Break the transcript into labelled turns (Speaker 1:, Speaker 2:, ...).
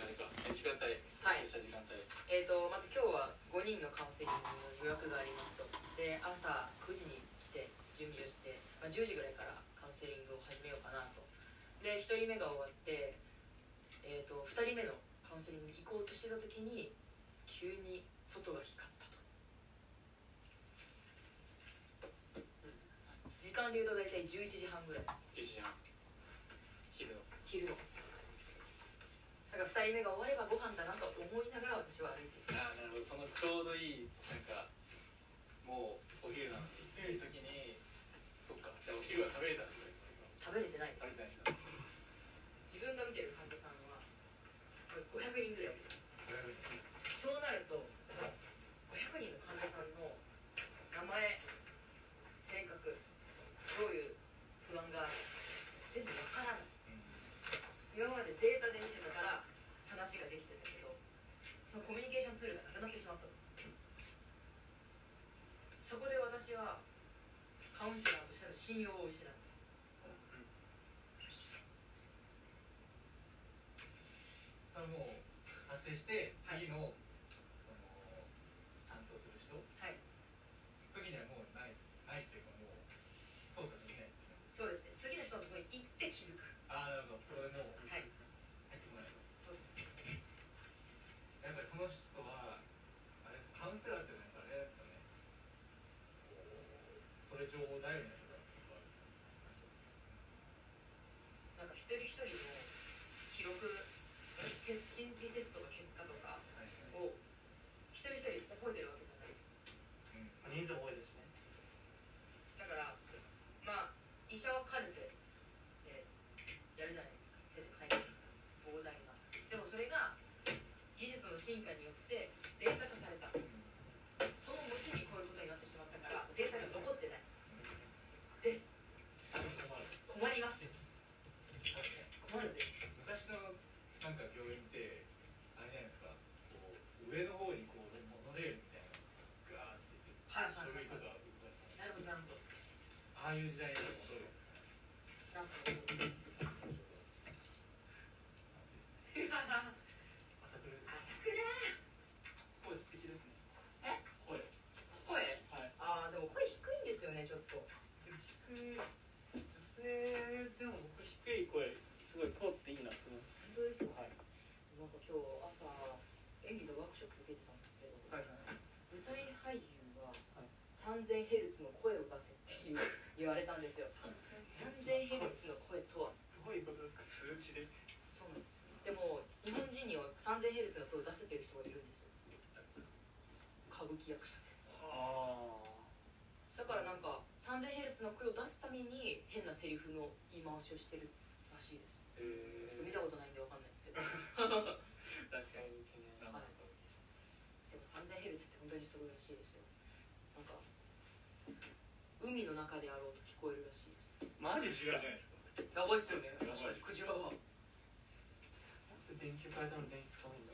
Speaker 1: 間帯
Speaker 2: はい
Speaker 1: 発生した時間帯
Speaker 2: えー、とまず今日は5人のカウンセリングの予約がありますとで朝9時に来て準備をして、まあ、10時ぐらいからカウンセリングを始めようかなとで1人目が終わって、えー、と2人目のカウンセリングに行こうとしてた時に急に外が光ったと、時間でいうと大体11時半ぐらい
Speaker 1: 11時半昼の
Speaker 2: 昼のだから2人目が終わればご飯だなと思いながら私は歩いてる
Speaker 1: ああなるほどそのちょうどいいなんかもうお昼なの
Speaker 2: うん
Speaker 1: にいい時にそっかじゃあお昼は食べれたんですね
Speaker 2: 食べれてないで
Speaker 1: 食
Speaker 2: す
Speaker 1: べれたんで
Speaker 2: 自
Speaker 1: すね
Speaker 2: 分が見てる患者さんは500人ぐらいいるそうなると500人の患者さんの名前性格どういう不安がある全部わからない今までデータで見てたから話ができてたけどそのコミュニケーションツールがなくなってしまったのそこで私はカウンセラーとしての信用を失った
Speaker 1: それもう発生して
Speaker 2: はい
Speaker 1: 次のその担当する人
Speaker 2: はい
Speaker 1: 時にはもうないないっていうかもう操作できないですね
Speaker 2: そうですね次の人のところに行って気づく
Speaker 1: ああなるほどそれでもう
Speaker 2: はい
Speaker 1: 入ってこない
Speaker 2: そうです
Speaker 1: やっぱりその人はあれですカウンセラーっていうのはやっぱあれですかねこうそれ情報頼りな人だっていうのがあるんです
Speaker 2: なん
Speaker 1: か
Speaker 2: か一人一人の記録テス心理テストの結果とか
Speaker 1: はいはい
Speaker 2: を一人一人覚えてるわけじゃない
Speaker 1: うん
Speaker 3: 人数も多いですしね
Speaker 2: だからまあ医者はカルテでやるじゃないですか手で書いて膨大なでもそれが技術の進化によってデータ化されたその後にこういうことになってしまったからデータが残ってないです
Speaker 1: 困る
Speaker 2: 困ります
Speaker 1: 確か
Speaker 2: 困る
Speaker 1: に
Speaker 2: んです
Speaker 1: 昔のなんか病院ってあれじゃないですかこう上の方にこうモノレールみたいなのがガーっていって
Speaker 2: はいはい
Speaker 1: 書
Speaker 2: はい
Speaker 1: 類とか動かして
Speaker 2: なるほどなるほど
Speaker 1: ああいう時代に戻る
Speaker 2: なんすか 朝倉
Speaker 1: 朝来るですね
Speaker 3: 声素敵ですね
Speaker 2: え
Speaker 3: 声
Speaker 2: 声
Speaker 3: はい
Speaker 2: ああでも声低いんですよねちょっと
Speaker 3: 低い女性でも僕低い声すごい通っていいなと思います
Speaker 2: 本当ですか
Speaker 3: はい
Speaker 2: なんか今日朝演技のワークショップ受けてたんですけど、
Speaker 3: はい
Speaker 2: 舞台俳優が
Speaker 3: はい
Speaker 2: 3000ヘルツの声を出せっていう言われたんですよ3000ヘルツの声とは
Speaker 3: どういうことですか数値で
Speaker 2: そうなんですよでも日本人には3000ヘルツの声を出せてる人がいるんですよ歌舞伎役者です
Speaker 3: あ
Speaker 2: だからなんか3000ヘルツの声を出すために変なセリフの言い回しをしてるらしいです
Speaker 1: え
Speaker 2: ちょっと見たことないんでわかんないですけど
Speaker 1: 確かに
Speaker 3: あ
Speaker 1: はい
Speaker 2: でも3000ヘルツって本当にすごいらしいですよなんか海の中であろうと聞こえるらしいです
Speaker 3: マジっす
Speaker 1: 知ら
Speaker 3: か
Speaker 1: んじゃないですか
Speaker 2: やばいっすよね
Speaker 1: やばいっす
Speaker 2: クジラが
Speaker 3: なんで電球変えたのに電気使うん